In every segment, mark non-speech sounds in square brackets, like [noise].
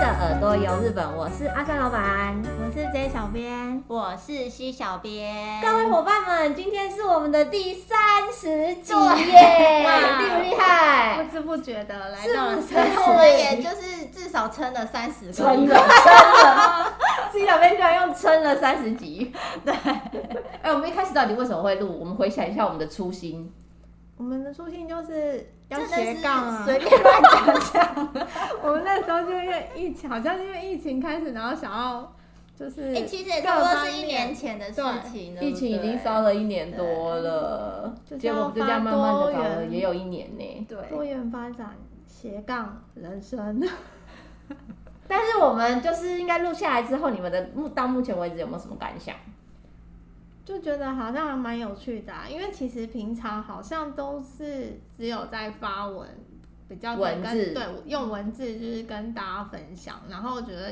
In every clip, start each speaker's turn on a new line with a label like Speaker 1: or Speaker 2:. Speaker 1: 耳朵游日本，我是阿三老板。
Speaker 2: 我是 J 小编，
Speaker 3: 我是西小编，
Speaker 1: 各位伙伴们，今天是我们的第三十集
Speaker 3: 对
Speaker 1: [laughs] 耶，
Speaker 3: 哇
Speaker 1: 厉不厉害
Speaker 2: 不？知不觉的来
Speaker 1: 是
Speaker 2: 到
Speaker 1: 不
Speaker 2: 了
Speaker 1: 是
Speaker 2: 三
Speaker 3: 我们
Speaker 2: 十
Speaker 3: 也就是至少撑了三十个
Speaker 1: 撑
Speaker 3: 月
Speaker 2: [laughs]
Speaker 1: 了，，撑了，自己小编居然用撑了三十集。对，哎、我们一开始到底为什么会录？我们回想一下我们的初心。
Speaker 2: 我们的初心就是要
Speaker 3: 真
Speaker 2: 斜
Speaker 3: 的是
Speaker 2: 杠啊！
Speaker 3: 随便乱讲讲。
Speaker 2: 我们那时候就因为疫情，好像是因为疫情开始，然后想要就是
Speaker 3: 哎，其实也
Speaker 2: 各
Speaker 3: 差不
Speaker 2: 方
Speaker 3: 多是一
Speaker 2: 面
Speaker 3: 年前的事情了，
Speaker 1: 疫情已经烧
Speaker 3: 了。
Speaker 1: 了一年多了，
Speaker 2: 对
Speaker 1: 结果我们就这样慢慢的搞
Speaker 2: 就是要发多
Speaker 1: 了，
Speaker 2: 元
Speaker 1: 也有一年呢。
Speaker 2: 多
Speaker 3: 对，
Speaker 2: 元发展斜杠人生。
Speaker 1: 但是我们就是应该录下来之后，你们的目到目前为止有没有什么感想？
Speaker 2: 就觉得好像还蛮有趣的啊、因为其实平常好像都是只有在发文，比较跟
Speaker 1: 文字
Speaker 2: 对用文字就是跟大家分享，然后我觉得，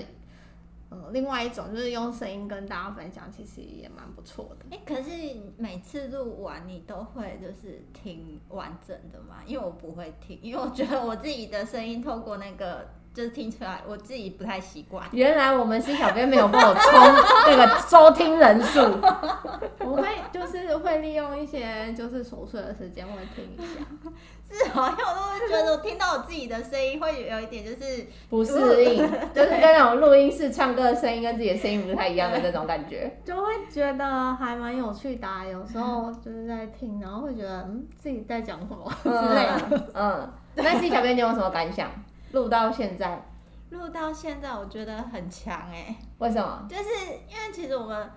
Speaker 2: 呃，另外一种就是用声音跟大家分享，其实也蛮不错
Speaker 1: [laughs]
Speaker 2: 的。
Speaker 3: 哎，可是每次录完你都会就是听完整的嘛？因为我不会听，因为我觉得我自己的声音透过那个就是听出来，我自己不太习惯。
Speaker 1: 原来我们新小编没有帮我 [laughs] 冲那个收听人数，
Speaker 2: 我会就是会利用一些就是琐碎的时间会听一下，
Speaker 3: 是哦，因为我都会觉得我听到我自己的声音会有一点就是
Speaker 1: 不适应，
Speaker 2: [laughs]
Speaker 1: 就是跟那种录音室唱歌的声音跟自己的声音不太一样的那种感觉。
Speaker 2: 就会觉得还蛮有趣的啊、有时
Speaker 1: [laughs]
Speaker 2: 候就是在听，然后会觉得嗯自己在讲什么 [laughs] 之类的。
Speaker 1: 嗯，嗯那新小编你有什么感
Speaker 2: [laughs]
Speaker 1: 想？录到现在，
Speaker 3: 录到现在，我觉得很强哎、
Speaker 1: 为什么？
Speaker 3: 就是因为其实我们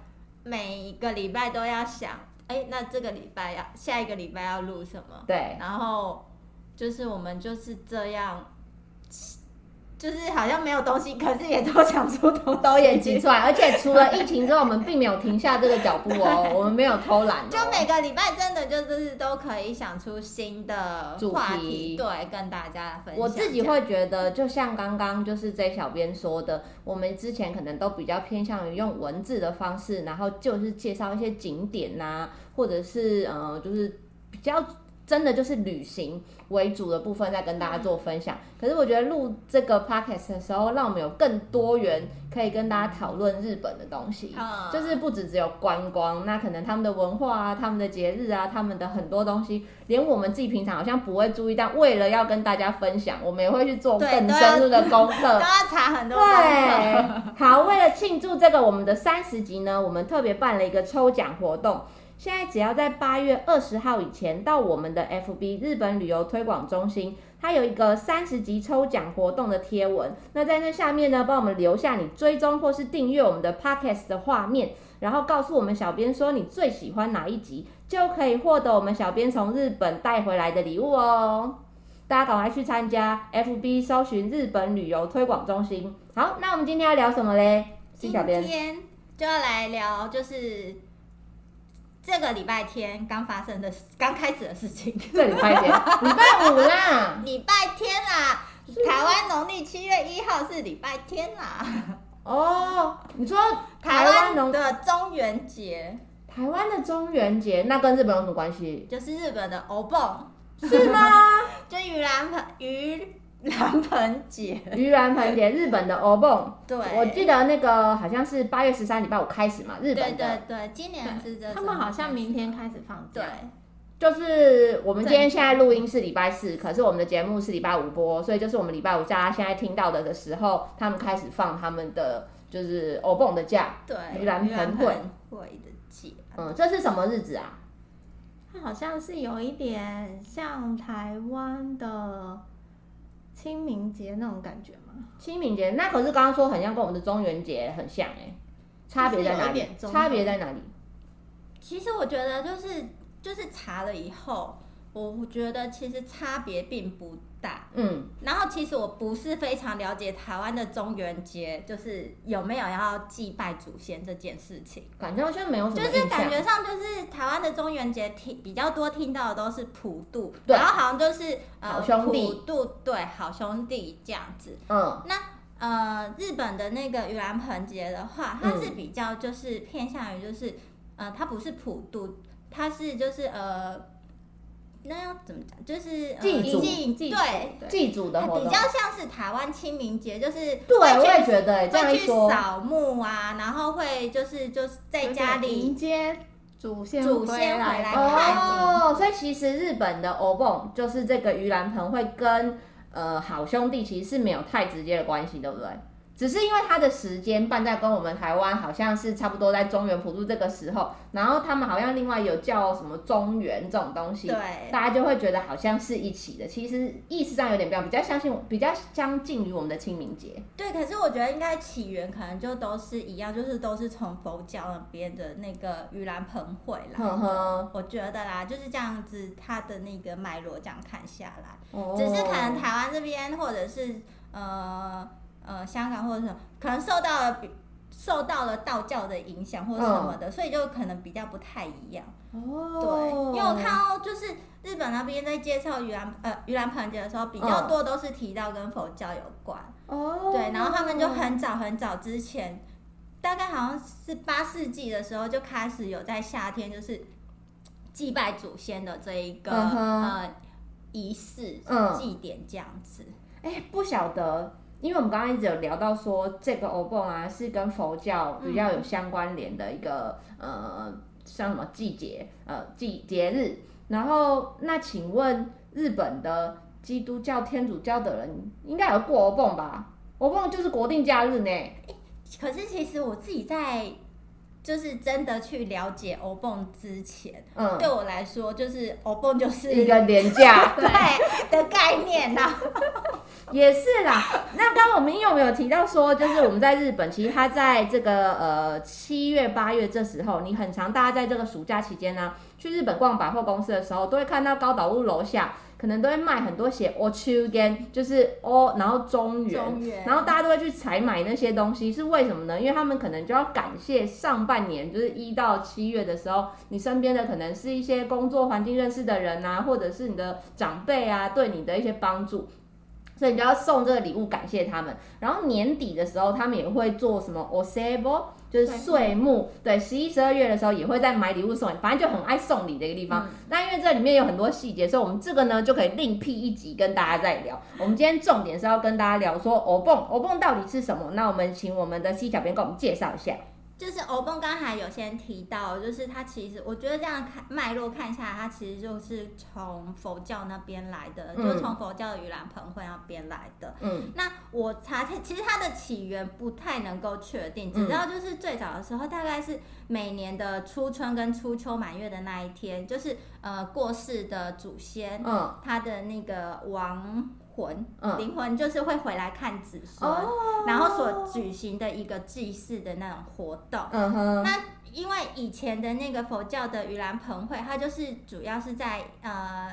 Speaker 3: 每一个礼拜都要想，哎、那这个礼拜要下一个礼拜要录什么，
Speaker 1: 对，
Speaker 3: 然后就是我们就是这样，就是好像没有东西，可是也都想出东西，
Speaker 1: 都也挤出来，而且除了疫情之后，我们并没有停下这个脚步哦，我们没有偷懒、哦，
Speaker 3: 就每个礼拜真的就是都可以想出新的
Speaker 1: 主
Speaker 3: 话
Speaker 1: 题
Speaker 3: 题，对，跟大家分享。
Speaker 1: 我自己会觉得，就像刚刚就是 J 小编说的，我们之前可能都比较偏向于用文字的方式，然后就是介绍一些景点呐、或者是呃，就是比较真的就是旅行为主的部分，再跟大家
Speaker 3: 嗯
Speaker 1: 做分享。可是我觉得录这个 podcast 的时候，让我们有更多元可以跟大家讨论日本的东西。
Speaker 3: 嗯
Speaker 1: 就是不止只有观光，那可能他们的文化啊、他们的节日啊、他们的很多东西，连我们自己平常好像不会注意，但为了要跟大家分享，我们也会去做
Speaker 3: 对
Speaker 1: 更深入的功
Speaker 3: 都
Speaker 1: 课。
Speaker 3: 要查很多功课。
Speaker 1: 对，好，为了庆祝这个我们的三十集呢，我们特别办了一个抽奖活动。现在只要在八月二十号以前到我们的 FB 日本旅游推广中心，它有一个三十集抽奖活动的贴文。那在那下面呢，帮我们留下你追踪或是订阅我们的 Podcast 的画面，然后告诉我们小编说你最喜欢哪一集，就可以获得我们小编从日本带回来的礼物哦。大家赶快去参加 FB 搜寻日本旅游推广中心。好，那我们今天要聊什么嘞？是
Speaker 3: 今
Speaker 1: 小编。
Speaker 3: 天就要来聊，就是这个礼拜天刚发生的、刚开始的事情。
Speaker 1: [laughs] 这礼拜天，礼拜五啦。
Speaker 3: 礼拜天啦，台湾农历七月一号是礼拜天啦，
Speaker 1: 哦，你说台
Speaker 3: 台
Speaker 1: 湾
Speaker 3: 湾
Speaker 1: 农
Speaker 3: 的中元节
Speaker 1: 台湾的中元节，那跟日本有什么关系？
Speaker 3: 就是日本的欧蹦，
Speaker 1: 是吗？
Speaker 3: [laughs] 就盂兰盆盂兰盆节。
Speaker 1: 盂兰盆节，日本的 o b o
Speaker 3: 对，
Speaker 1: 我记得那个好像是八月十三礼拜五开始嘛，日
Speaker 3: 对
Speaker 1: 本的
Speaker 3: 对对，今年是这种，
Speaker 2: 他们好像明天开始放假
Speaker 3: 对。
Speaker 1: 就是我们今天现在录音是礼拜四，可是我们的节目是礼拜五播，所以就是我们礼拜五大家现在听到的的时候，他们开始放他们的就是 o b o 的假。
Speaker 3: 对
Speaker 1: 盂兰盆会
Speaker 3: 会的节。
Speaker 1: 嗯，这是什么日子啊？
Speaker 2: 它好像是有一点像台湾的清明节那种感觉嘛，
Speaker 1: 清明节。那可是刚刚说很像跟我们的中元节很像哎、差别在哪
Speaker 2: 就是有一
Speaker 1: 里
Speaker 2: 点？中
Speaker 1: 差别在哪里？
Speaker 3: 其实我觉得就是就是查了以后，我觉得其实差别并不大。
Speaker 1: 嗯，
Speaker 3: 然后其实我不是非常了解台湾的中元节，就是有没有要祭拜祖先这件事情。
Speaker 1: 感觉好像没有什么
Speaker 3: 就
Speaker 1: 印象。
Speaker 3: 是感觉上，就是台湾的中元节听比较多听到的都是普渡，
Speaker 1: 对
Speaker 3: 然后好像就是呃
Speaker 1: 好兄弟
Speaker 3: 普渡对好兄弟这样子。
Speaker 1: 嗯，
Speaker 3: 那呃，日本的那个盂兰盆节的话，它
Speaker 1: 嗯
Speaker 3: 是比较就是偏向于就是、呃，它不是普渡，它是就是呃，那要怎么讲？就是呃
Speaker 1: 祭祖
Speaker 3: 祭
Speaker 1: 祭祖
Speaker 3: 对，
Speaker 2: 对
Speaker 1: 祭祖的
Speaker 3: 它
Speaker 1: 活
Speaker 3: 比
Speaker 1: 动
Speaker 3: 较。像是台湾清明节，就是
Speaker 1: 对，我也
Speaker 3: 会去
Speaker 1: 觉得欸这样
Speaker 3: 会
Speaker 1: 一
Speaker 3: 去
Speaker 1: 说，
Speaker 3: 扫墓啊，然后会就是就是在家
Speaker 2: 有点迎
Speaker 3: 里
Speaker 2: 接祖先
Speaker 3: 祖
Speaker 2: 回
Speaker 3: 先回来
Speaker 2: 来
Speaker 3: 看
Speaker 1: 哦，所以其实日本的 o b o n 就是这个盂兰盆会跟呃好兄弟其实是没有太直接的关系，对不对？只是因为它的时间办在跟我们台湾好像是差不多在中原普渡这个时候，然后他们好像另外有叫什么中原这种东西，
Speaker 3: 对
Speaker 1: 大家就会觉得好像是一起的，其实意思上有点不一样，比较相信比较相近于我们的清明节。
Speaker 3: 对，可是我觉得应该起源可能就都是一样，就是都是从佛教那边的那个盂兰盆会来
Speaker 1: 呵
Speaker 3: 的。
Speaker 1: 呵，
Speaker 3: 我觉得啦，就是这样子，它的那个脉络这样看下来。
Speaker 1: 哦
Speaker 3: 只是可能台湾这边或者是呃呃香港或者什么，可能受到了比受到了道教的影响或者什么的，所以就可能比较不太一样。对，
Speaker 1: 嗯哦，
Speaker 3: 因为我看到就是日本那边在介绍盂兰呃盂兰盆节的时候，比
Speaker 1: 嗯
Speaker 3: 较多都是提到跟佛教有关。
Speaker 1: 哦，
Speaker 3: 对，然后他们就很早很早之前，大概好像是八世纪的时候就开始有在夏天就是祭拜祖先的这一个、
Speaker 1: 嗯哼
Speaker 3: 呃仪式、
Speaker 1: 嗯
Speaker 3: 祭典这样子。
Speaker 1: 哎、不晓得，因为我们刚刚一直有聊到说，这个欧蹦啊是跟佛教比较有相关联的一个、呃，像什么季节呃季节日。然后，那请问日本的基督教、天主教的人应该有过欧蹦吧？欧蹦就是国定假日呢。
Speaker 3: 可是其实我自己在就是真的去了解欧蹦之前，
Speaker 1: 嗯，
Speaker 3: 对我来说就是欧蹦就是
Speaker 1: 一个廉价
Speaker 3: 对的概念啦。
Speaker 1: 也是啦。那刚刚我们因为我们有提到说，就是我们在日本，其实它在这个呃七月、八月这时候，你很常大家在这个暑假期间呢、去日本逛百货公司的时候，都会看到高岛屋楼下可能都会卖很多写 o c h u g e n 就是 o，然后中原。
Speaker 3: 中原
Speaker 1: 然后大家都会去采买那些东西，是为什么呢？因为他们可能就要感谢上半年，就是一到七月的时候，你身边的可能是一些工作环境认识的人啊，或者是你的长辈啊，对你的一些帮助。所以你就要送这个礼物感谢他们，然后年底的时候，他们也会做什么 o s e b o 就是岁暮，对，十一、十二月的时候也会在买礼物送你，反正就很爱送礼的一个地方。
Speaker 3: 嗯
Speaker 1: 那因为这里面有很多细节，所以我们这个呢就可以另辟一集跟大家再聊。我们今天重点是要跟大家聊说欧蹦，欧蹦到底是什么？那我们请我们的 C 小编给我们介绍一下。
Speaker 3: 就是欧蹦刚才有先提到，就是它其实我觉得这样看脉络看下来，它其实就是从佛教那边来的，
Speaker 1: 嗯
Speaker 3: 就是从佛教的盂兰盆会那边来的。
Speaker 1: 嗯，
Speaker 3: 那我查，其实它的起源不太能够确定，只知道就是最早的时候，大概是每年的初春跟初秋满月的那一天，就是呃过世的祖先，
Speaker 1: 嗯
Speaker 3: 他的那个亡魂
Speaker 1: 嗯，
Speaker 3: 灵魂就是会回来看子孙，
Speaker 1: 哦
Speaker 3: 然后所举行的一个祭祀的那种活动。
Speaker 1: 嗯哼，
Speaker 3: 那因为以前的那个佛教的盂兰盆会，它就是主要是在呃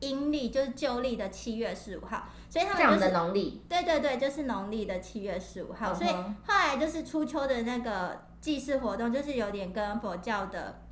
Speaker 3: 阴历，就是旧历的七月十五号，所以他
Speaker 1: 这样
Speaker 3: 们就
Speaker 1: 的
Speaker 3: 是
Speaker 1: 农历，
Speaker 3: 对对对，就是农历的七月十五号，所以
Speaker 1: 嗯哼
Speaker 3: 后来就是初秋的那个祭祀活动，就是有点跟佛教的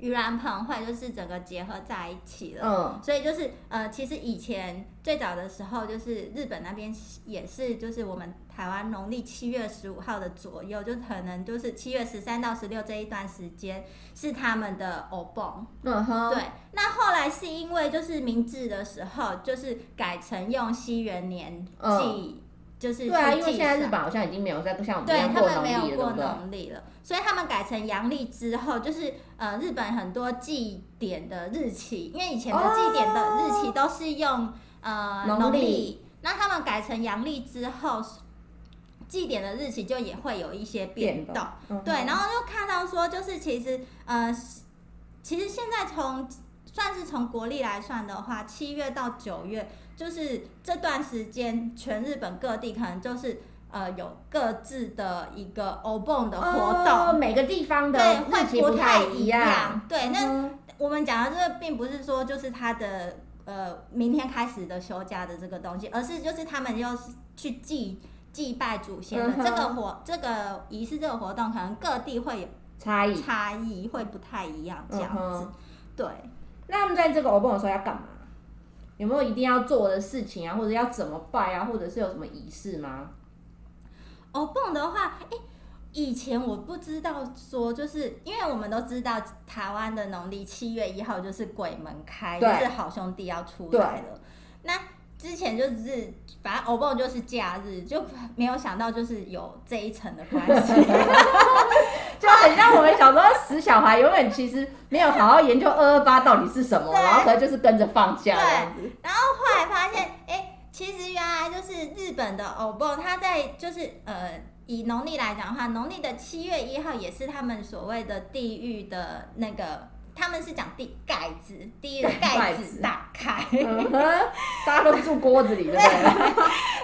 Speaker 3: 盂兰盆会就是整个结合在一起了。
Speaker 1: 嗯
Speaker 3: 所以就是呃，其实以前最早的时候，就是日本那边也是，就是我们台湾农历七月十五号的左右，就可能就是七月十三到十六这一段时间是他们的欧蹦。
Speaker 1: 嗯哼，
Speaker 3: 对，那后来是因为就是明治的时候，就是改成用西元年祭，
Speaker 1: 嗯
Speaker 3: 就是
Speaker 1: 对啊，
Speaker 3: 去
Speaker 1: 因为
Speaker 3: 祭
Speaker 1: 现在
Speaker 3: 扫
Speaker 1: 日本好像已经没有在像我们一
Speaker 3: 对
Speaker 1: 样
Speaker 3: 他
Speaker 1: 过
Speaker 3: 们
Speaker 1: 农
Speaker 3: 没
Speaker 1: 历
Speaker 3: 有
Speaker 1: 了，对
Speaker 3: 过
Speaker 1: 不对？
Speaker 3: 农历了，所以他们改成阳历之后，就是呃日本很多祭典的日期，因为以前的
Speaker 1: 哦
Speaker 3: 祭典的日期都是用、呃
Speaker 1: 农历
Speaker 3: 农历，那他们改成阳历之后，祭典的日期就也会有一些变动。
Speaker 1: 嗯哼
Speaker 3: 对，然后就看到说，就是其实呃，其实现在从算是从国历来算的话，七月到九月，就是这段时间，全日本各地可能就是呃有各自的一个 o b o n 的活
Speaker 1: 哦
Speaker 3: 动，
Speaker 1: 每个地方的
Speaker 3: 对，
Speaker 1: 日期
Speaker 3: 会不
Speaker 1: 太
Speaker 3: 太一
Speaker 1: 样。。
Speaker 3: 对，那
Speaker 1: 嗯
Speaker 3: 我们讲的这个并不是说就是他的呃明天开始的休假的这个东西，而是就是他们要去祭祭拜祖先的、
Speaker 1: 嗯哼
Speaker 3: 这个活这个仪式这个活动，可能各地会有
Speaker 1: 差异。
Speaker 3: 差异，会不太一样这样
Speaker 1: 嗯
Speaker 3: 子。
Speaker 1: 哼
Speaker 3: 对，
Speaker 1: 那他们在这个欧蹦的时候要干嘛？有没有一定要做的事情啊，或者
Speaker 3: [laughs]
Speaker 1: 要怎么拜啊，或者是有什么仪式吗？
Speaker 3: 哦欧蹦的话，哎、以前我不知道说，就是因为我们都知道台湾的农历七月一号就是鬼门开，就
Speaker 1: 对
Speaker 3: 是好兄弟要出来了。那之前就是反正欧蹦就是假日，就没有想到就是有这一层的关系。
Speaker 1: 就很像我们小时候死小孩，永远其实没有好好研究二二八到底是什么，
Speaker 3: 对
Speaker 1: 然后可能就是跟着放假这样子。
Speaker 3: 然后后来发现，哎、其实原来就是日本的欧蹦，它在就是呃，以农历来讲的话，农历的七月一号也是他们所谓的地狱的那个，他们是讲地盖子，地狱的盖
Speaker 1: 盖
Speaker 3: 子
Speaker 1: 子
Speaker 3: 打开，
Speaker 1: 嗯哼，大家都住锅子里，
Speaker 3: [laughs]
Speaker 1: 对不对？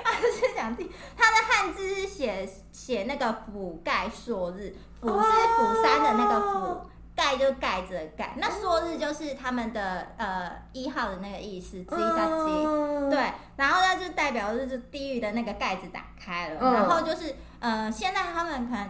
Speaker 3: 它是讲地，它的汉字是写写那个覆盖朔日，覆
Speaker 1: 哦
Speaker 3: 是釜山的那个覆。盖就盖着盖，那朔日就是他们的呃一号的那个意思，之一大
Speaker 2: 哦
Speaker 3: 吉。
Speaker 1: 嗯
Speaker 3: 对，然后呢就代表就是地狱的那个盖子打开了，
Speaker 1: 嗯
Speaker 3: 然后就是呃，现在他们可能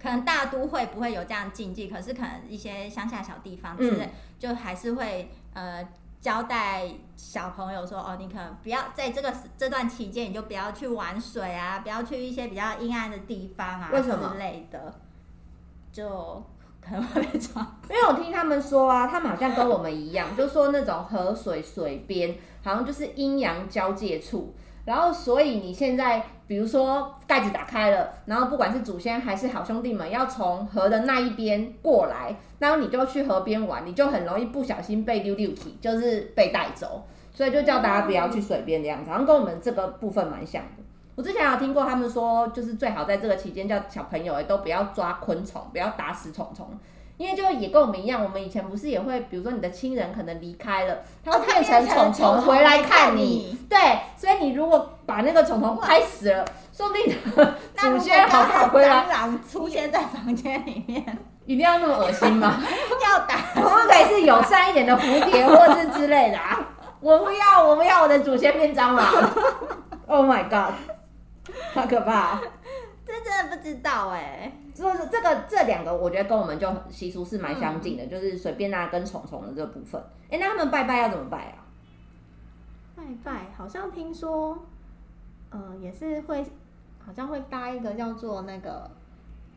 Speaker 3: 可能大都会不会有这样的禁忌，可是可能一些乡下小地方之类，
Speaker 1: 嗯
Speaker 3: 就还是会呃。交代小朋友说：“哦，你可能不要在这个时这段期间，你就不要去玩水啊，不要去一些比较阴暗的地方啊
Speaker 1: 为什么
Speaker 3: 之类的，就可能会被抓。
Speaker 1: 因为我听他们说啊，他们好像跟我们一样，就说那种河水水边好像就是阴阳交界处，然后所以你现在比如说盖子打开了，然后不管是祖先还是好兄弟们要从河的那一边过来，然后你就去河边玩，你就很容易不小心被溜溜体，就是被带走，所以就叫大家不要去水边的样子，好像跟我们这个部分蛮像的。我之前有听过他们说，就是最好在这个期间叫小朋友也都不要抓昆虫，不要打死虫虫，因为就也跟我们一样，我们以前不是也会，比如说你的亲人可能离开了，他
Speaker 3: 哦
Speaker 1: 会变成虫虫回来看你，，对，所以你如果把那个虫虫拍死了，说不定你的祖
Speaker 3: 那如果
Speaker 1: 先好啊
Speaker 3: 刚好
Speaker 1: 跑回来，
Speaker 3: 蟑螂出现在房间里面， [laughs]
Speaker 1: 一定要那么恶心吗？
Speaker 3: 要打。
Speaker 1: [laughs] 我们可以是友善一点的蝴蝶或是之类的 [laughs] 啊。我不要，我不要我的祖先变蟑螂。Oh [laughs] my god，好可怕、
Speaker 3: 这真的不知道哎、
Speaker 1: 欸就是这个这两个，我觉得跟我们就习俗是蛮相近的，就是随便啊跟虫虫的这部分。哎、那他们拜拜要怎么拜啊？
Speaker 2: 拜拜，好像听说，呃，也是会，好像会搭一个叫做那个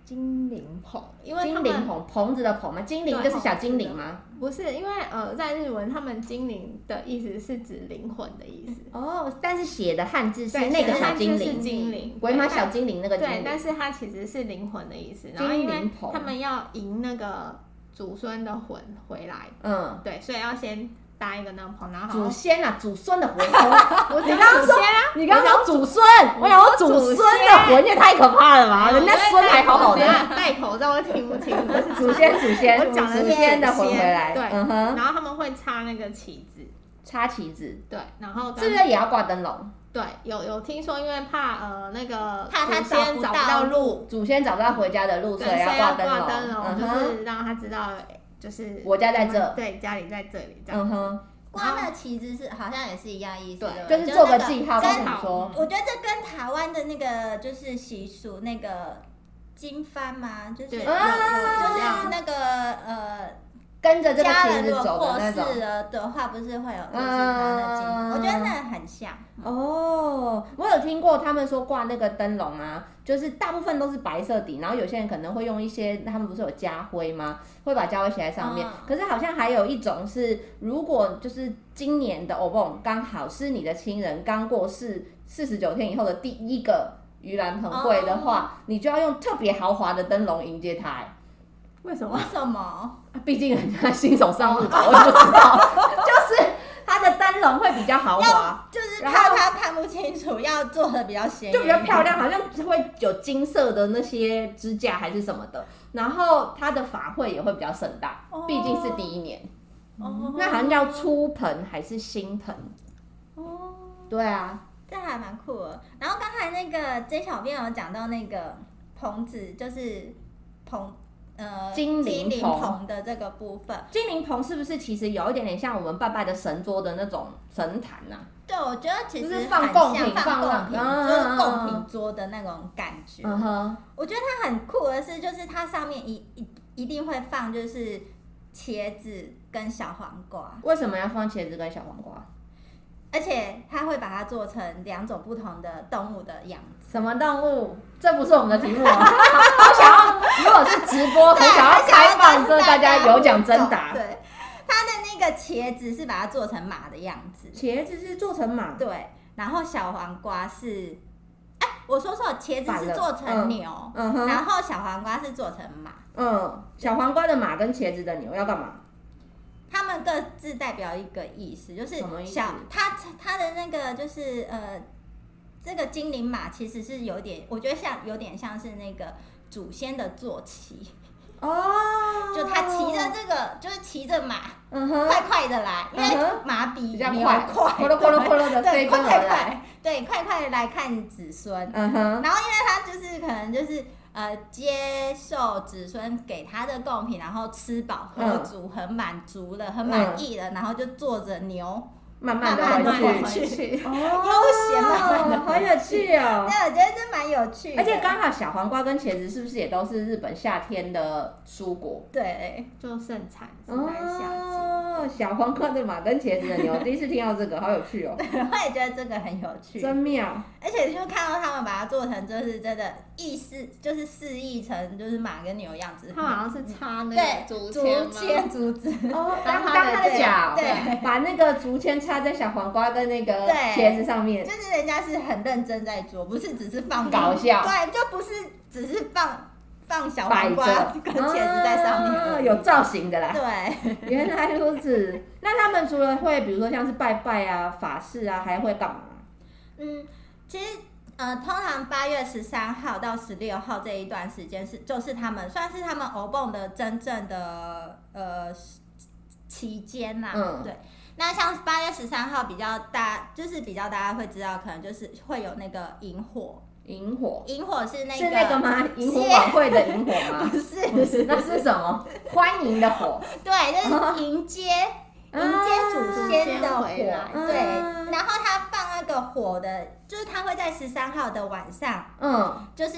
Speaker 2: 精灵棚，因为他
Speaker 1: 精
Speaker 2: 们
Speaker 1: 灵棚，棚子的棚吗？精灵
Speaker 2: 对
Speaker 1: 就是小精灵吗？
Speaker 2: 不是因为呃，在日文他们精灵的意思是指灵魂的意思，
Speaker 1: 哦，但是写的汉字是
Speaker 2: 对
Speaker 1: 那个
Speaker 2: 写的
Speaker 1: 小
Speaker 2: 汉字
Speaker 1: 精
Speaker 2: 是
Speaker 1: 灵，
Speaker 2: 精灵，
Speaker 1: 鬼马
Speaker 2: 对
Speaker 1: 小精灵那个精
Speaker 2: 对，
Speaker 1: 灵。
Speaker 2: 但是它其实是灵魂的意思，然后因
Speaker 1: 精
Speaker 2: 为
Speaker 1: 灵棚
Speaker 2: 他们要迎那个祖孙的魂回来，
Speaker 1: 嗯，
Speaker 2: 对，所以要先搭一个那个棚，然后
Speaker 1: 祖
Speaker 2: 好像
Speaker 1: 先啊，祖孙
Speaker 2: [laughs]
Speaker 1: 的魂。我你刚刚说
Speaker 2: 祖先啊，
Speaker 1: 你刚刚说祖孙，
Speaker 2: 我
Speaker 1: 我想
Speaker 2: 想
Speaker 1: 说
Speaker 2: 说祖
Speaker 1: 祖
Speaker 2: 孙
Speaker 1: 孙的魂也太可怕了吧！人家孙还好好的
Speaker 2: 我，等一下戴口罩会听不清，但是
Speaker 1: 祖先祖先，
Speaker 2: 我讲的是
Speaker 1: 祖先的
Speaker 2: 祖
Speaker 1: 魂
Speaker 2: 先
Speaker 1: 回来，
Speaker 2: 对
Speaker 1: 嗯哼，
Speaker 2: 然后他们会插那个旗子，
Speaker 1: 插旗子，
Speaker 2: 对，然后
Speaker 1: 是
Speaker 2: 跟
Speaker 1: 不是也要挂灯笼？
Speaker 2: 对有有听说，因为怕呃那个
Speaker 3: 怕他
Speaker 2: 祖
Speaker 3: 找不
Speaker 2: 先找不
Speaker 3: 到
Speaker 2: 到路，
Speaker 1: 祖先找不到回家的路，
Speaker 2: 对，
Speaker 1: 所
Speaker 2: 所
Speaker 1: 以
Speaker 2: 以
Speaker 1: 要
Speaker 2: 要
Speaker 1: 灯
Speaker 2: 挂灯
Speaker 1: 嗯
Speaker 2: 笼，就
Speaker 1: 哼，
Speaker 2: 是让他知道就是
Speaker 1: 我家在这
Speaker 2: 对，家里在这里这样。
Speaker 1: 嗯哼，
Speaker 3: 光那旗子是好像也是一样意思，
Speaker 2: 对
Speaker 3: 不
Speaker 1: 就是做
Speaker 3: 那
Speaker 1: 个记号，
Speaker 3: 跟
Speaker 1: 告诉你说，
Speaker 3: 我觉得这跟台湾的那个就是习俗那个经幡嘛，就是
Speaker 2: 对，
Speaker 3: 就
Speaker 2: 有
Speaker 3: 是
Speaker 2: 有
Speaker 1: 啊
Speaker 2: 这样，
Speaker 3: 那个呃，
Speaker 1: 跟着这个
Speaker 3: 家
Speaker 1: 旗
Speaker 3: 人
Speaker 1: 子
Speaker 3: 如果
Speaker 1: 走
Speaker 3: 过
Speaker 1: 的那种。
Speaker 3: 世了的话，不是会有就是拿的经幡，
Speaker 1: 嗯
Speaker 3: 我觉得那很像。
Speaker 1: 哦，我有听过他们说挂那个灯笼啊，就是大部分都是白色底，然后有些人可能会用一些，他们不是有家徽吗？会把家徽写在上面。
Speaker 3: 嗯
Speaker 1: 可是好像还有一种是，如果就是今年的 o b 刚好是你的亲人刚过世四十九天以后的第一个盂兰盆会的话，你就要用特别豪华的灯笼迎接他、欸。
Speaker 2: 为什
Speaker 3: 为？什么？
Speaker 1: 毕竟人家新手上路，我也不知道， [laughs] 就是它的灯笼会比较豪华。
Speaker 3: 就是
Speaker 1: 然
Speaker 3: 怕
Speaker 1: 后
Speaker 3: 他看不清楚，要做的比较显眼，
Speaker 1: 就比较漂亮，好像会有金色的那些支架还是什么的。然后它的法会也会比较盛大
Speaker 3: 哦，
Speaker 1: 毕竟是第一年。
Speaker 3: 哦。
Speaker 1: 那好像叫初盆还是新盆？
Speaker 3: 哦。
Speaker 1: 对啊，
Speaker 3: 这还蛮酷的。然后刚才那个 J 小编有讲到那个棚子，就是棚呃
Speaker 1: 精灵
Speaker 3: 灵
Speaker 1: 棚
Speaker 3: 棚的这个部分。
Speaker 1: 精灵棚是不是其实有一点点像我们拜拜的神桌的那种神坛啊呐、
Speaker 3: 对，我觉得其实
Speaker 1: 就是
Speaker 3: 很
Speaker 1: 放贡
Speaker 3: 像
Speaker 1: 品
Speaker 3: 放
Speaker 1: 放
Speaker 3: 贡
Speaker 1: 让
Speaker 3: 品，
Speaker 1: 嗯
Speaker 3: 就是贡品桌的那种感觉。
Speaker 1: 嗯哼，
Speaker 3: 我觉得它很酷的是，就是它上面一一一定会放就是茄子跟小黄瓜。
Speaker 1: 为什么要放茄子跟小黄瓜？
Speaker 3: 而且它会把它做成两种不同的动物的样子。
Speaker 1: 什么动物？这不是我们的题目哦， [laughs] 好好想要，如果是直播，很想要开放，这大家有奖
Speaker 3: 真
Speaker 1: 征答。
Speaker 3: 对，它的那个茄子是把它做成马的样子，
Speaker 1: 茄子是做成马，
Speaker 3: 对，然后小黄瓜是，哎、我说错，茄子
Speaker 1: 反
Speaker 3: 是
Speaker 1: 了
Speaker 3: 做成牛，
Speaker 1: 嗯哼，
Speaker 3: 然后小黄瓜是做成马，
Speaker 1: 嗯，小黄瓜的马跟茄子的牛要干嘛？
Speaker 3: 它们各自代表一个意思，就是
Speaker 1: 什么意思
Speaker 3: 小它它的那个就是呃，这个精灵马其实是有点，我觉得像有点像是那个祖先的坐骑，
Speaker 1: 哦，
Speaker 3: 就它骑着，这个就是骑着马，
Speaker 1: 嗯哼，
Speaker 3: 快快的来，因
Speaker 1: 嗯
Speaker 3: 为
Speaker 1: 哼
Speaker 3: 马比
Speaker 1: 比
Speaker 3: 牛
Speaker 1: 较
Speaker 3: 还
Speaker 1: 快，
Speaker 3: 快，
Speaker 1: 咯咯咯咯咯的
Speaker 3: 对，
Speaker 1: 飞奔
Speaker 3: 快
Speaker 1: 而
Speaker 3: 快
Speaker 1: 来，
Speaker 3: 快， [laughs] 对，快快来看子孙。
Speaker 1: 嗯哼，
Speaker 3: 然后因为他就是可能就是呃接受子孙给他的贡品，然后吃饱喝足，很满足了，很满意了，然后就坐着牛。
Speaker 1: 慢慢
Speaker 3: 慢
Speaker 1: 的
Speaker 3: 慢地
Speaker 1: 回
Speaker 3: 回
Speaker 1: 去，
Speaker 3: 去
Speaker 1: 哦，
Speaker 3: 悠闲慢慢地
Speaker 1: 好
Speaker 3: 回去
Speaker 1: 有趣哦。
Speaker 3: 那我觉得这蛮有趣的，
Speaker 1: 啊而且刚好小黄瓜跟茄子是不是也都是日本夏天的蔬果？
Speaker 3: 对，
Speaker 2: 就盛产是在夏季。
Speaker 1: 哦，小黄瓜的马跟茄子的牛，第一次听到这个，好有趣哦，
Speaker 3: 我也觉得这个很有趣，
Speaker 1: 真妙。
Speaker 3: 而且就看到他们把它做成就是真的意思就是示意成就是马跟牛样子，
Speaker 2: 它好像是插那
Speaker 3: 对
Speaker 2: 个竹
Speaker 3: 竹
Speaker 2: 签吗？
Speaker 3: 签竹子，
Speaker 1: 哦，
Speaker 2: 当
Speaker 1: 当
Speaker 2: 它
Speaker 1: 当
Speaker 2: 的
Speaker 1: 它的
Speaker 3: 对
Speaker 1: 脚，
Speaker 3: 对，
Speaker 1: 把那个竹签插在小黄瓜跟那个
Speaker 3: 对
Speaker 1: 茄子上面，
Speaker 3: 就是人家是很认真在做，不是只是放
Speaker 1: 搞笑
Speaker 3: 对，就不是只是放放小
Speaker 1: 摆
Speaker 3: 黄
Speaker 1: 着
Speaker 3: 瓜跟茄子在上面
Speaker 1: 哦
Speaker 3: 而已，
Speaker 1: 有造型的啦。
Speaker 3: 对，
Speaker 1: 原来如此。那他们除了会，比如说像是拜拜啊、法事啊，还会干嘛？
Speaker 3: 嗯，其实。呃，通常八月十三号到十六号这一段时间是，就是他们算是他们欧蹦的真正的呃期间啦、
Speaker 1: 嗯
Speaker 3: 对。那像八月十三号比较大，就是比较大家会知道，可能就是会有那个萤火，
Speaker 1: 萤火
Speaker 3: 萤火是那个
Speaker 1: 是那个吗？萤火
Speaker 3: 是
Speaker 1: 晚会的萤火吗？
Speaker 3: [laughs] 不是，
Speaker 1: 那是什么？欢迎的火。
Speaker 3: 对，就是迎接、
Speaker 1: 啊
Speaker 3: 嗯迎接祖先的火，
Speaker 2: 祖先回来
Speaker 3: 对
Speaker 1: 啊。
Speaker 3: 然后他放那个火的，就是他会在十三号的晚上，
Speaker 1: 嗯
Speaker 3: 就是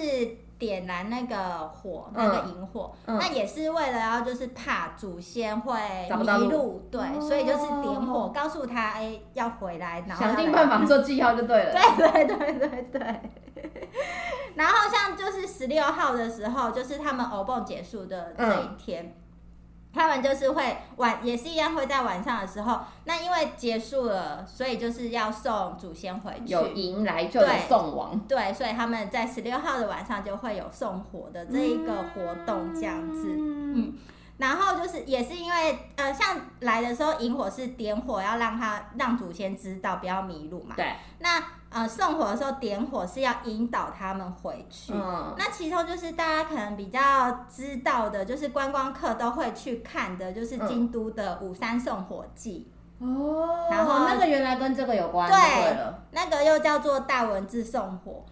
Speaker 3: 点燃那个火，那个萤火。
Speaker 1: 嗯
Speaker 3: 那也是为了要就是怕祖先会
Speaker 1: 找不到
Speaker 3: 迷
Speaker 1: 路
Speaker 3: 路，对，
Speaker 1: 哦
Speaker 3: 所以就是点火，告诉他哎、要回来，然后
Speaker 1: 想
Speaker 3: 要
Speaker 1: 尽
Speaker 3: 来
Speaker 1: 办法做记号就对了。
Speaker 3: [laughs] 对对对对对。然后像就是十六号的时候，就是他们欧蹦结束的这一天。他们就是会晚，也是一样会在晚上的时候。那因为结束了，所以就是要送祖先回去。
Speaker 1: 有迎来就有送往，
Speaker 3: 对，所以他们在十六号的晚上就会有送火的这一个活动，这样子。
Speaker 1: 嗯，
Speaker 3: 然后就是也是因为呃，像来的时候萤火是点火，要让他让祖先知道不要迷路嘛。
Speaker 1: 对，
Speaker 3: 那呃，送火的时候点火是要引导他们回去。
Speaker 1: 嗯，
Speaker 3: 那其中就是大家可能比较知道的，就是观光客都会去看的，就是
Speaker 1: 嗯
Speaker 3: 京都的五山送火祭，
Speaker 1: 哦，
Speaker 3: 然后
Speaker 1: 那个原来跟这个有关，
Speaker 3: 对
Speaker 1: 对了，
Speaker 3: 那个又叫做大文字送火。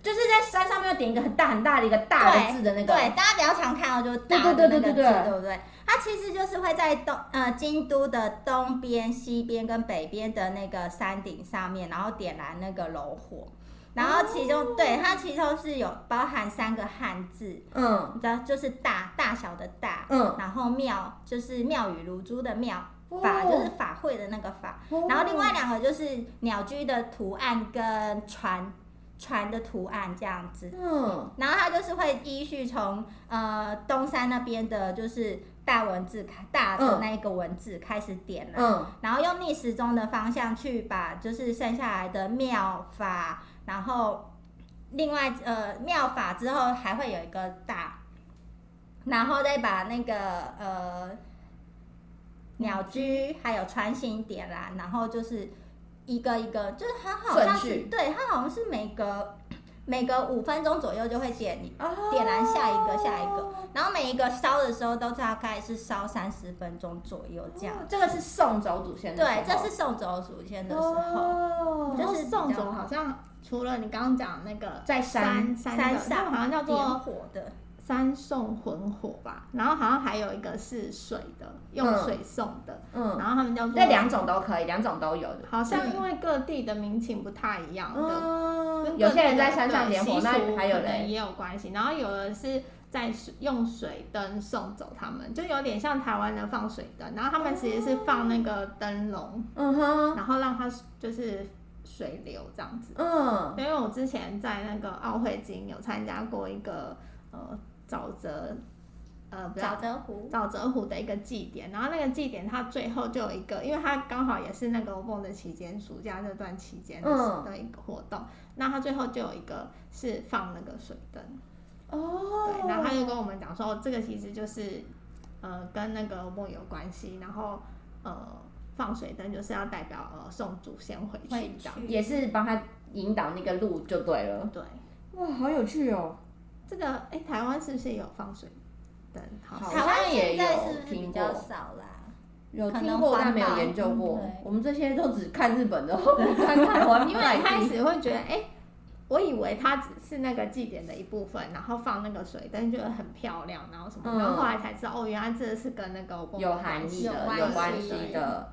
Speaker 1: 就是在山上面要点一个很大很大的一个大的字的那个，
Speaker 3: 对，大家比较常看到就是大
Speaker 1: 对对
Speaker 3: 的那
Speaker 1: 对
Speaker 3: 个
Speaker 1: 对
Speaker 3: 字，
Speaker 1: 对对
Speaker 3: 不对？它其实就是会在东呃京都的东边、西边跟北边的那个山顶上面，然后点燃那个炉火。然后其中、
Speaker 1: 哦
Speaker 3: 对它其中是有包含三个汉字，
Speaker 1: 嗯
Speaker 3: 你知道就是大大小的大，
Speaker 1: 嗯，
Speaker 3: 然后庙就是妙语如珠的妙，
Speaker 1: 哦
Speaker 3: 法就是法会的那个法，
Speaker 1: 哦
Speaker 3: 然后另外两个就是鸟居的图案跟船船的图案这样子。
Speaker 1: 嗯，
Speaker 3: 然后它就是会依序从呃东山那边的，就是大文字开大的
Speaker 1: 嗯
Speaker 3: 那一个文字开始点了，
Speaker 1: 嗯
Speaker 3: 然后用逆时钟的方向去把就是剩下来的妙法，然后另外呃妙法之后还会有一个大，然后再把那个呃鸟居还有穿行点燃，然后就是一个一个，就是它好像
Speaker 1: 顺
Speaker 3: 是
Speaker 1: 序
Speaker 3: 对它好像是每隔每隔五分钟左右就会点一
Speaker 1: 哦
Speaker 3: 点燃下一个下一个，然后每一个烧的时候都大概是烧三十分钟左右这样。
Speaker 1: 哦这个是送走祖先的时
Speaker 3: 对
Speaker 1: 候，，
Speaker 3: 这是送走祖先的时候，
Speaker 1: 哦，
Speaker 2: 然后
Speaker 3: 就是
Speaker 2: 送
Speaker 3: 比较
Speaker 2: 走好像除了你刚刚讲那个
Speaker 1: 在山
Speaker 2: 山山
Speaker 3: 山
Speaker 2: 的
Speaker 3: 上
Speaker 2: 他们好像叫
Speaker 3: 点
Speaker 2: 做
Speaker 3: 火的，
Speaker 2: 山送魂火吧，然后好像还有一个是水的，用
Speaker 1: 嗯
Speaker 2: 水送的，
Speaker 1: 嗯，
Speaker 2: 然后他们叫做
Speaker 1: 这两种都可以，两种都有的。
Speaker 2: 好像因为各地的民情不太一样的，
Speaker 1: 嗯，
Speaker 2: 跟
Speaker 1: 有
Speaker 2: 各
Speaker 3: 哦
Speaker 1: 些人
Speaker 2: 地的
Speaker 1: 在山上点火，
Speaker 2: 对习
Speaker 1: 那
Speaker 2: 俗
Speaker 1: 还有
Speaker 2: 可能
Speaker 1: 嘞，
Speaker 2: 也有关系。然后有的是再水用水灯送走他们，就有点像台湾的放水灯，然后他们其实是放那个灯笼，
Speaker 1: 嗯哼，
Speaker 2: 然后让它就是水流这样子。
Speaker 1: 嗯，
Speaker 2: 因为我之前在那个奥会金有参加过一个呃沼泽呃不
Speaker 3: 沼
Speaker 2: 要
Speaker 3: 泽湖，
Speaker 2: 沼泽湖的一个祭典，然后那个祭典它最后就有一个，因为它刚好也是那个我蹦的期间，暑假这段期间的
Speaker 1: 嗯
Speaker 2: 的一个活动，那它最后就有一个是放那个水灯，
Speaker 1: 哦，
Speaker 2: 对，然后他就跟我们讲说，哦这个其实就是呃跟那个梦有关系，然后呃放水灯就是要代表呃送祖先回
Speaker 3: 回
Speaker 2: 去这样，
Speaker 3: 去
Speaker 1: 也是帮他引导那个路就对了。
Speaker 2: 对，
Speaker 1: 哇，好有趣哦！
Speaker 2: 这个哎、台湾是不是也有放水灯？好
Speaker 1: 好
Speaker 2: 像
Speaker 3: 台湾现在是
Speaker 1: 好像
Speaker 3: 不是
Speaker 1: 也有
Speaker 3: 比
Speaker 1: 听
Speaker 3: 较
Speaker 1: 过
Speaker 3: 少啦？
Speaker 1: 有
Speaker 3: 可
Speaker 1: 听
Speaker 3: 能
Speaker 1: 过，
Speaker 3: 环
Speaker 1: 但没有
Speaker 3: 保
Speaker 1: 研究过
Speaker 3: 嗯对。
Speaker 1: 我们这些都只看日本的，不看台
Speaker 3: [laughs]
Speaker 1: 湾
Speaker 2: 因为一开
Speaker 1: 外地。
Speaker 2: 始会觉得，哎、我以为它只是那个祭典的一部分，然后放那个水灯，觉得很漂亮，然后什么，
Speaker 1: 嗯
Speaker 2: 然后后来才知道，哦，原来这是跟那个
Speaker 1: 有含义
Speaker 3: 有
Speaker 1: 的，
Speaker 3: 关
Speaker 1: 有
Speaker 3: 系
Speaker 1: 关系
Speaker 2: [laughs]
Speaker 1: 的。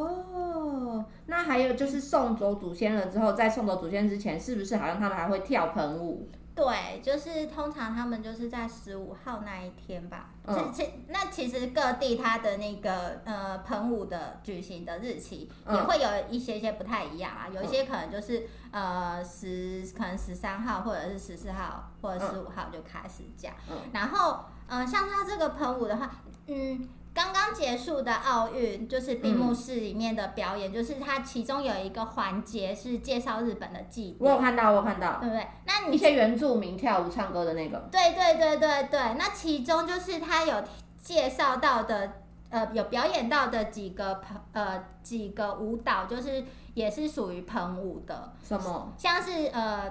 Speaker 1: 哦，那还有就是送走祖先了之后，在送走祖先之前，是不是好像他们还会跳盆舞？
Speaker 3: 对，就是通常他们就是在十五号那一天吧。
Speaker 1: 嗯
Speaker 3: 其其那其实各地它的那个呃盆舞的举行的日期
Speaker 1: 嗯
Speaker 3: 也会有一些些不太一样啊，有一些可能就是呃十可能十三号或者是十四号或者
Speaker 1: 嗯
Speaker 3: 十五号就开始讲，
Speaker 1: 嗯
Speaker 3: 然后呃像它这个盆舞的话，嗯。刚刚结束的奥运就是闭
Speaker 1: 嗯
Speaker 3: 幕式里面的表演，就是它其中有一个环节是介绍日本的祭
Speaker 1: 我有
Speaker 3: 典，
Speaker 1: 看到，我有看到
Speaker 3: 对不对？那你
Speaker 1: 一些原住民跳舞唱歌的那个。
Speaker 3: 对对对对对，那其中就是他有介绍到的，呃，有表演到的几个盆呃几个舞蹈，就是也是属于盆舞的，
Speaker 1: 什么？
Speaker 3: 像是呃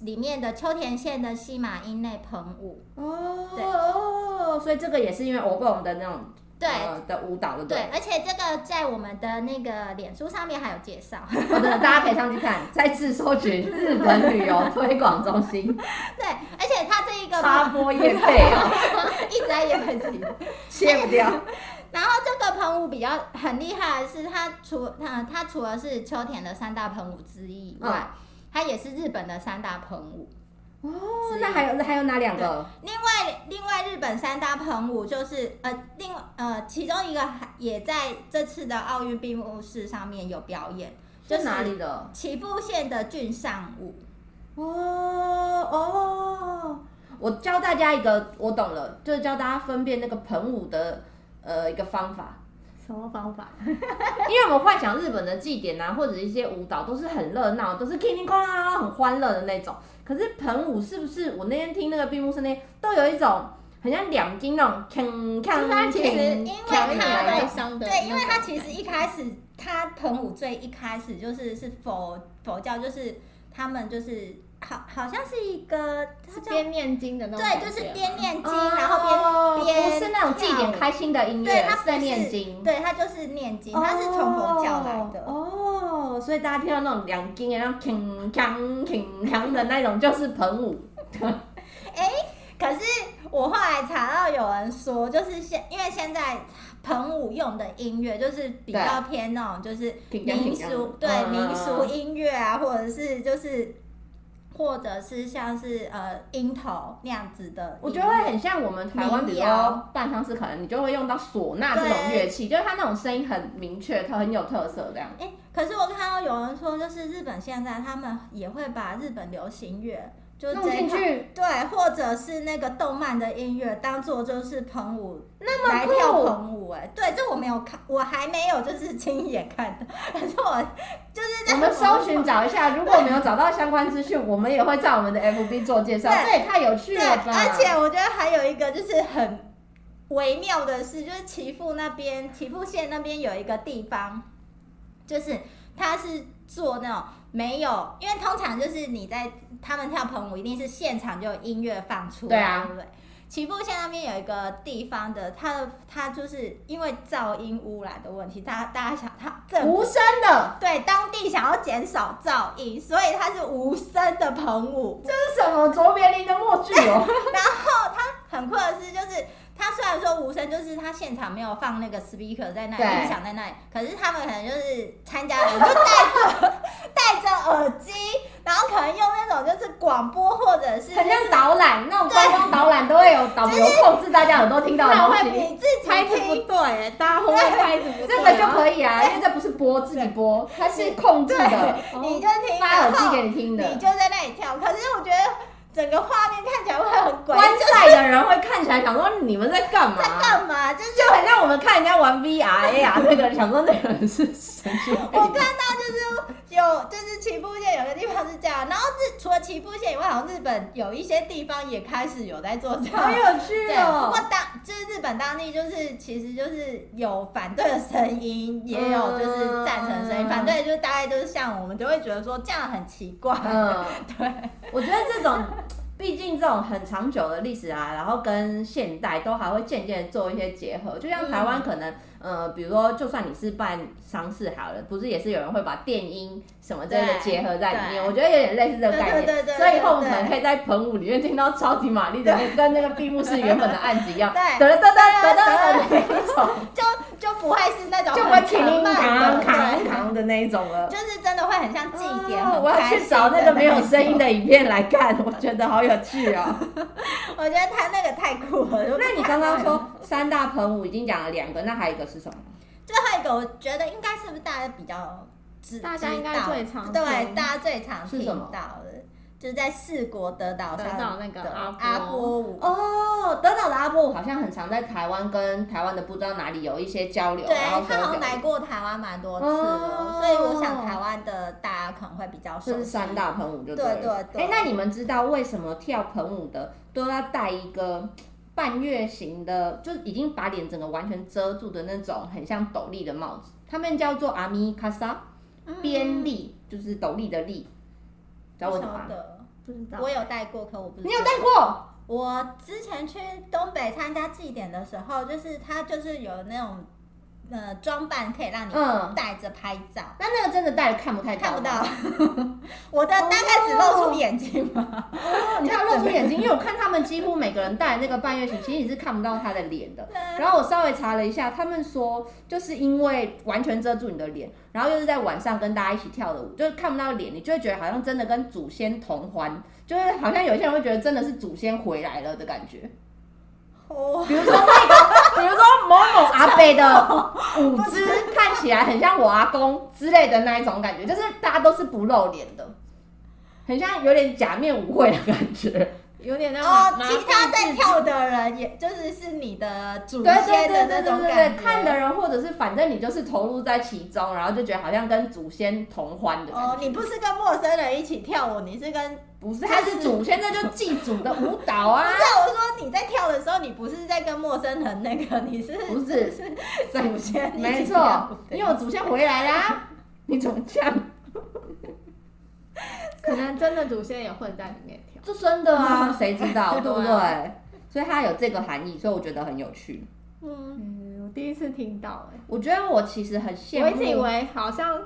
Speaker 3: 里面的秋田县的西马英内盆舞，
Speaker 1: 哦
Speaker 3: 对
Speaker 1: 哦，所以这个也是因为欧蹦的那种
Speaker 3: 对。
Speaker 1: 呃的舞蹈的，
Speaker 3: 对
Speaker 1: 对，
Speaker 3: 而且这个在我们的那个脸书上面还有介绍， [laughs]
Speaker 1: 不哦对？真的，大家可以上去看，再次搜寻日本旅游推广中
Speaker 3: [laughs]
Speaker 1: 心，
Speaker 3: 对，而且它这一个
Speaker 1: 插播业费哦，
Speaker 3: [laughs] 一直在演自己，
Speaker 1: 切不掉。
Speaker 3: 然后这个盆舞比较很厉害的是，它除它它除了是秋田的三大盆舞之一以外，
Speaker 1: 嗯
Speaker 3: 它也是日本的三大盆舞。
Speaker 1: 哦，那还有还有哪两个？
Speaker 3: 另外另外日本三大盆舞就是呃另呃其中一个还也在这次的奥运闭幕式上面有表演，就是
Speaker 1: 哪里的？
Speaker 3: 岐阜县的郡上舞。
Speaker 1: 哦哦，我教大家一个，我懂了，就是教大家分辨那个盆舞的呃一个方法。
Speaker 2: [laughs] 什么方法？
Speaker 1: 因为我们幻想日本的祭典啊，或者一些舞蹈都是很热闹，都是 k i n g 啦，很欢乐的那种。可是盆舞是不是？我那天听那个闭幕式那天，都有一种很像两斤那种锵锵
Speaker 2: 就是它其实因为
Speaker 1: 锵
Speaker 3: 它
Speaker 1: 的
Speaker 2: 它
Speaker 1: 那
Speaker 2: 悲
Speaker 1: 种
Speaker 2: 伤的，
Speaker 3: 对，因为它其实一开始，它盆舞最一开始就是是佛佛教，就是他们就是好好像是一个它
Speaker 2: 是
Speaker 3: 叫
Speaker 2: 边念经的那种
Speaker 3: 对，
Speaker 2: 感觉
Speaker 3: 就
Speaker 2: 吗，
Speaker 3: 是边念经，
Speaker 1: 哦
Speaker 3: 然后边边
Speaker 1: 不是那种祭典
Speaker 3: 跳舞
Speaker 1: 开心的音乐，
Speaker 3: 对它
Speaker 1: 是
Speaker 3: 不
Speaker 1: 在
Speaker 3: 是
Speaker 1: 念经。
Speaker 3: 对，它就是念经，它是从佛教来的。
Speaker 1: 哦，哦所以大家听到那种两斤然后锵锵锵锵的那种，就是盆舞。
Speaker 3: 可是我后来查到有人说，就是现因为现在盆舞用的音乐就是比较偏那种就是
Speaker 1: 挺干
Speaker 3: 民
Speaker 1: 挺干
Speaker 3: 俗，
Speaker 1: 嗯
Speaker 3: 对
Speaker 1: 嗯
Speaker 3: 民俗
Speaker 1: 嗯
Speaker 3: 音乐啊，或者是就是。或者是像是呃音头那样子的音乐，
Speaker 1: 我觉得会很像我们台湾，比如
Speaker 3: 民
Speaker 1: 说
Speaker 3: 谣
Speaker 1: 办丧事，可能你就会用到唢呐这种乐器，就是它那种声音很明确，它很有特色这样。
Speaker 3: 哎、可是我看到有人说，就是日本现在他们也会把日本流行乐，就是
Speaker 1: 弄
Speaker 3: 这一
Speaker 1: 进
Speaker 3: 块 [laughs]
Speaker 1: 去，
Speaker 3: 对，或者是那个动漫的音乐当做就是盆舞，
Speaker 1: 那么
Speaker 3: 来
Speaker 1: 酷
Speaker 3: 跳盆舞、哎，对，这我没有看，我还没有就是 [laughs] 亲眼看到，可是我就是在
Speaker 1: 我们搜寻找一下，如果没有找到相关资讯，我们也会在我们的 FB 做介绍。
Speaker 3: 对
Speaker 1: 这也太有趣
Speaker 3: 对，
Speaker 1: 了吧！
Speaker 3: 而且我觉得还有一个就是很微妙的事，就是岐阜那边，岐阜县那边有一个地方，就是它是做那种没有，因为通常就是你在他们跳盆舞，一定是现场就有音乐放出来，
Speaker 1: 对啊
Speaker 3: 不对？岐阜县那边有一个地方的，它的它就是因为噪音污染的问题，大大家想它政府
Speaker 1: 无声的，
Speaker 3: 对当地想要减少噪音，所以它是无声的盆舞。
Speaker 1: 这是什么卓别林的默剧哦？
Speaker 3: 很酷的是，就是他虽然说无声，就是他现场没有放那个 speaker 在那里，
Speaker 1: 对
Speaker 3: 音响在那里，可是他们可能就是参加的人就戴着戴着耳机，然后可能用那种种就是广播或者是
Speaker 1: 很像导览那种观光导览都会有导游控制大家耳朵听到的
Speaker 2: 那
Speaker 1: 东
Speaker 2: 会
Speaker 1: 西，
Speaker 2: 比自己拍子不对哎，大家会不会拍子不对啊？
Speaker 1: 这个就可以啊，因为这不是播自己播，它是控制的，
Speaker 3: 你就
Speaker 1: 哦
Speaker 3: 听，
Speaker 1: 发耳
Speaker 3: 然
Speaker 1: 机
Speaker 3: 后
Speaker 1: 给你听的
Speaker 3: 你。就在那里跳。可是我觉得整个画面看起来会很诡
Speaker 1: 观
Speaker 3: 异，
Speaker 1: 赛的人会看起来想说你们在干嘛？
Speaker 3: 干嘛？就是
Speaker 1: 就很像我们看人家玩 VR、AR 那个，想说那个人是神经病。
Speaker 3: [laughs] 我看到就是有，就是岐阜县有个地方是这样，然后日除了岐阜县以外，好像日本有一些地方也开始有在做
Speaker 1: [laughs]
Speaker 3: 这
Speaker 1: 好
Speaker 3: 样。
Speaker 1: 有趣
Speaker 3: 对，不
Speaker 1: 哦
Speaker 3: 过！当就是日本当地就是其实就是有反对的声音，也有就是赞成的声音。
Speaker 1: 嗯
Speaker 3: 反对就是大概就是像我们就会觉得说这样很奇怪，
Speaker 1: 嗯，
Speaker 3: [laughs] 对，
Speaker 1: 我觉得这种，毕竟这种很长久的历史啊，然后跟现代都还会渐渐做一些结合。就像台湾可能，呃，比如说，就算你是办丧事好了，不是也是有人会把电音什么之类的
Speaker 3: 对
Speaker 1: 结合在里面？
Speaker 3: 对
Speaker 1: 我觉得有点类似这个概念。
Speaker 3: 对对对对
Speaker 1: 所以以后我们可能
Speaker 3: 对
Speaker 1: 可以在澎湖里面听到超级玛丽的那个，跟那个闭幕式原本的案子一样，
Speaker 3: 对
Speaker 1: 噔噔噔噔噔噔那一种，
Speaker 3: 就就不会是那种
Speaker 1: 就不会
Speaker 3: 很
Speaker 1: 麒麟
Speaker 3: 慢
Speaker 1: 扛
Speaker 3: 的
Speaker 1: 扛
Speaker 3: 对
Speaker 1: 扛的那一种了。
Speaker 3: 就是真的会很像祭典，
Speaker 1: 哦
Speaker 3: 很
Speaker 1: 我要
Speaker 3: 开
Speaker 1: 去
Speaker 3: 心
Speaker 1: 找那个没有声音
Speaker 3: 的
Speaker 1: 的影片来看，我觉得好有趣 [laughs] 哦。
Speaker 3: 那种。我觉得他那个太酷了。我
Speaker 1: 那你刚刚说三大喷雾已经讲了两个，那还有一个是什么？
Speaker 3: 最后一个，我觉得应该是不是大家比较知，
Speaker 2: 大家应该
Speaker 3: 知道
Speaker 2: 最常
Speaker 3: 对
Speaker 2: 听
Speaker 3: 大家最常
Speaker 1: 是
Speaker 3: 听
Speaker 1: 什么
Speaker 3: 到的，就是在四国德岛
Speaker 2: 得
Speaker 3: 上
Speaker 2: 到那个
Speaker 3: 的
Speaker 2: 阿
Speaker 3: 阿
Speaker 2: 波
Speaker 3: 波舞。
Speaker 1: 哦，德岛的阿波舞好像很常在台湾跟台湾的不知道哪里有一些交流，
Speaker 3: 对
Speaker 1: 然后
Speaker 3: 他
Speaker 1: 说
Speaker 3: 好像来过台湾蛮多次
Speaker 1: 哦
Speaker 3: 了，所以我想台湾的大家可能会比较
Speaker 1: 这
Speaker 3: 熟
Speaker 1: 是
Speaker 3: 悉。
Speaker 1: 三大喷雾就
Speaker 3: 对
Speaker 1: 了。
Speaker 3: 对对
Speaker 1: 哎，那你们知道为什么跳喷雾的都要戴一个半月形的，就是已经把脸整个完全遮住的那种很像斗笠的帽子？他们叫做阿米卡萨
Speaker 3: 嗯
Speaker 1: 边笠，就是斗笠的笠。知道
Speaker 3: 不
Speaker 1: 为
Speaker 3: 晓
Speaker 1: 什么吗？
Speaker 3: 得，
Speaker 2: 不知道
Speaker 3: 我有带过，可我不是。
Speaker 1: 你有戴过？
Speaker 3: 我之前去东北参加祭典的时候，就是它就是有那种呃装扮可以让
Speaker 1: 嗯
Speaker 3: 你带着拍照，
Speaker 1: 那那个真的戴了看不太到
Speaker 3: 看
Speaker 1: 吗
Speaker 3: 不到。 [laughs] 我的大概只露出眼睛吧。
Speaker 1: 哦，你看露出眼睛，因为我看他们几乎每个人戴那个半月形，其实你是看不到他的脸的。然后我稍微查了一下，他们说就是因为完全遮住你的脸，然后又是在晚上跟大家一起跳的舞，就是看不到脸，你就会觉得好像真的跟祖先同欢，就是好像有些人会觉得真的是祖先回来了的感觉。
Speaker 3: 哦，
Speaker 1: 比如说那个，比如说某某阿伯
Speaker 3: [laughs]
Speaker 1: 的舞姿看起来很像我阿公之类的那一种感觉，就是大家都是不露脸的，很像有点假面舞会的感
Speaker 3: [laughs]
Speaker 1: 觉。
Speaker 2: 有点那种麻麻
Speaker 3: 其他在跳的人，也就是是你的祖
Speaker 1: 对对
Speaker 3: 先
Speaker 1: 对对
Speaker 3: 的那
Speaker 1: 对
Speaker 3: 种
Speaker 1: 对
Speaker 3: 感
Speaker 1: 对，
Speaker 3: 觉。
Speaker 1: 看的人或者是反正你就是投入在其中，然后就觉得好像跟祖先同欢的感觉。
Speaker 3: 哦，你不是跟陌生人一起跳舞，你是跟……
Speaker 1: 不是，他是祖先，那就祭祖的舞蹈
Speaker 3: [laughs]
Speaker 1: 啊
Speaker 3: 不，是，我说你在跳的时候，你不是在跟陌生人那个，你是
Speaker 1: 不是
Speaker 3: 是
Speaker 1: 对
Speaker 3: 祖先 [laughs] 一
Speaker 1: 没
Speaker 3: 起跳
Speaker 1: 错
Speaker 3: 舞，的
Speaker 1: 因为我祖先回来啦。你怎么这
Speaker 3: [laughs]
Speaker 1: 样？
Speaker 2: 可能真的祖先也混在里面跳。
Speaker 1: 这真的啊， [laughs] 谁知
Speaker 3: [laughs]
Speaker 1: 道，对不
Speaker 2: 对
Speaker 1: 对？所以它有这个含义，所以我觉得很有趣。
Speaker 3: 嗯，
Speaker 2: 嗯，我第一次听到哎、
Speaker 1: 我觉得我其实很羡
Speaker 2: 我一直以
Speaker 1: 慕
Speaker 2: 为好像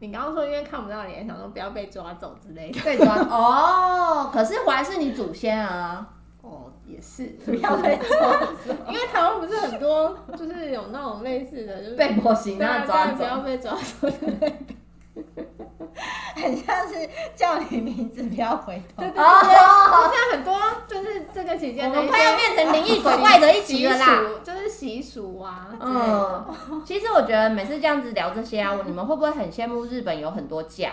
Speaker 2: 你刚刚说因为看不到脸，想说不要被抓走之类的。
Speaker 1: 被抓 [laughs] 哦，可是还是你祖先啊，
Speaker 2: 哦，也是，
Speaker 3: [laughs] 不要被抓
Speaker 1: [laughs]
Speaker 3: 走。
Speaker 2: 因为台湾不是很多，就是有那种类似的，就是
Speaker 1: 被迫刑
Speaker 2: 对啊
Speaker 1: 那抓
Speaker 2: 对啊
Speaker 1: 走
Speaker 2: 不。要被抓走。
Speaker 3: 很像是叫你名字不要回头。
Speaker 2: 啊
Speaker 1: 哦，
Speaker 2: 现在很多就是这个期
Speaker 1: 我
Speaker 2: 间的
Speaker 1: 们
Speaker 2: 一
Speaker 1: 快要
Speaker 2: 些
Speaker 1: 变成灵异鬼怪的一集
Speaker 2: 习
Speaker 1: 了啦。
Speaker 2: 俗，就是习俗啊。
Speaker 1: 嗯，其实我觉得每次这样子聊这些啊，你们会不会很羡慕日本有很多假？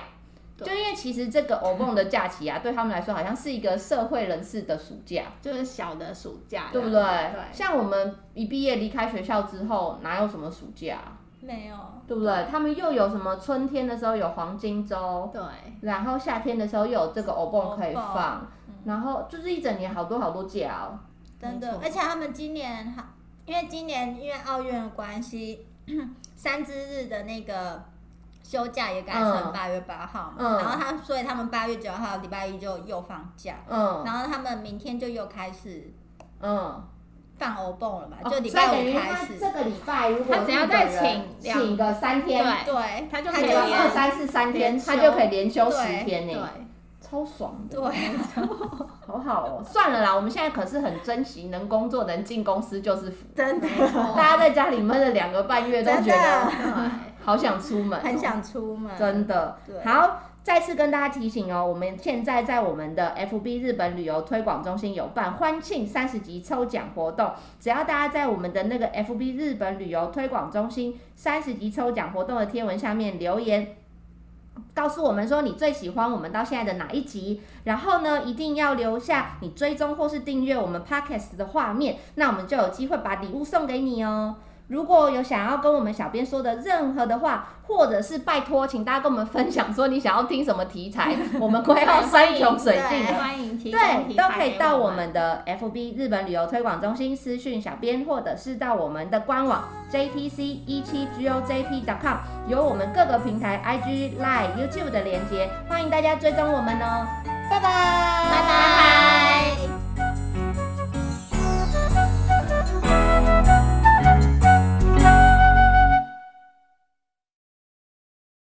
Speaker 1: 就
Speaker 2: 对
Speaker 1: 因为其实这个欧蹦的假期啊，对他们来说好像是一个社会人士的暑假，
Speaker 2: 就是小的暑假，
Speaker 1: 对不对？
Speaker 2: 这样对，
Speaker 1: 像我们一毕业离开学校之后，哪有什么暑假啊、
Speaker 3: [laughs] 没有，
Speaker 1: 对不对？他们又有什么春天的时候有黄金周，
Speaker 2: 对，
Speaker 1: 然后夏天的时候又有这个欧蹦可以
Speaker 3: 欧蹦
Speaker 1: 放，
Speaker 3: 嗯
Speaker 1: 然后就是一整年好多好多假哦。
Speaker 3: 真
Speaker 2: 没
Speaker 3: 的
Speaker 2: 错，
Speaker 3: 而且他们今年还，因为今年因为奥运的关系， [clears throat] 三之日的那个休假也改
Speaker 1: 嗯
Speaker 3: 成八月八号嘛，
Speaker 1: 嗯
Speaker 3: 然后他所以他们八月九号礼拜一就又放假，
Speaker 1: 嗯
Speaker 3: 然后他们明天就又开始
Speaker 1: 嗯，
Speaker 3: 放欧蹦了嘛，
Speaker 1: 哦
Speaker 3: 就礼拜
Speaker 1: 所以等
Speaker 3: 五
Speaker 1: 于
Speaker 3: 开
Speaker 1: 他
Speaker 3: 始，
Speaker 1: 这个礼拜如果
Speaker 2: 他只要
Speaker 1: 日本
Speaker 2: 再
Speaker 1: 人
Speaker 2: 请两
Speaker 1: 请个三天，
Speaker 2: 对
Speaker 3: 对，
Speaker 2: 他就
Speaker 3: 他
Speaker 2: 可以
Speaker 1: 有
Speaker 2: 连
Speaker 1: 二三四三天，
Speaker 2: 连休
Speaker 1: 他就可以连休十天呢、
Speaker 2: 对，
Speaker 1: 超爽的，
Speaker 3: 对，
Speaker 1: 好好哦。算了啦，我们现在可是很珍惜能工作能进公司就是福。
Speaker 3: [laughs] 真的
Speaker 1: 大家在家里闷了两个半月，都
Speaker 3: 真
Speaker 1: 觉得
Speaker 3: 的
Speaker 1: 好想出门哦，
Speaker 3: 很想出门，
Speaker 1: 真的
Speaker 3: 对。
Speaker 1: 好，再次跟大家提醒哦，我们现在在我们的 FB 日本旅游推广中心有办欢庆三十集抽奖活动，只要大家在我们的那个 FB 日本旅游推广中心三十集抽奖活动的贴文下面留言。告诉我们说你最喜欢我们到现在的哪一集，然后呢，一定要留下你追踪或是订阅我们 podcast 的画面，那我们就有机会把礼物送给你哦。如果有想要跟我们小编说的任何的话，或者是拜托，请大家跟我们分享说你想要听什么题材，我们快要山穷水尽了。
Speaker 4: 欢迎提供
Speaker 1: 对，
Speaker 4: 题
Speaker 1: 都
Speaker 4: 材
Speaker 1: 可以
Speaker 4: 给
Speaker 1: 到我
Speaker 4: 我
Speaker 1: 们的 FB 日本旅游推广中心私讯小编，或者是到我们的官网 JTC 一七 GOJP.com，有我们各个平台 IG、Line、YouTube 的连接，欢迎大家追踪我们哦。拜拜，拜
Speaker 4: 拜拜。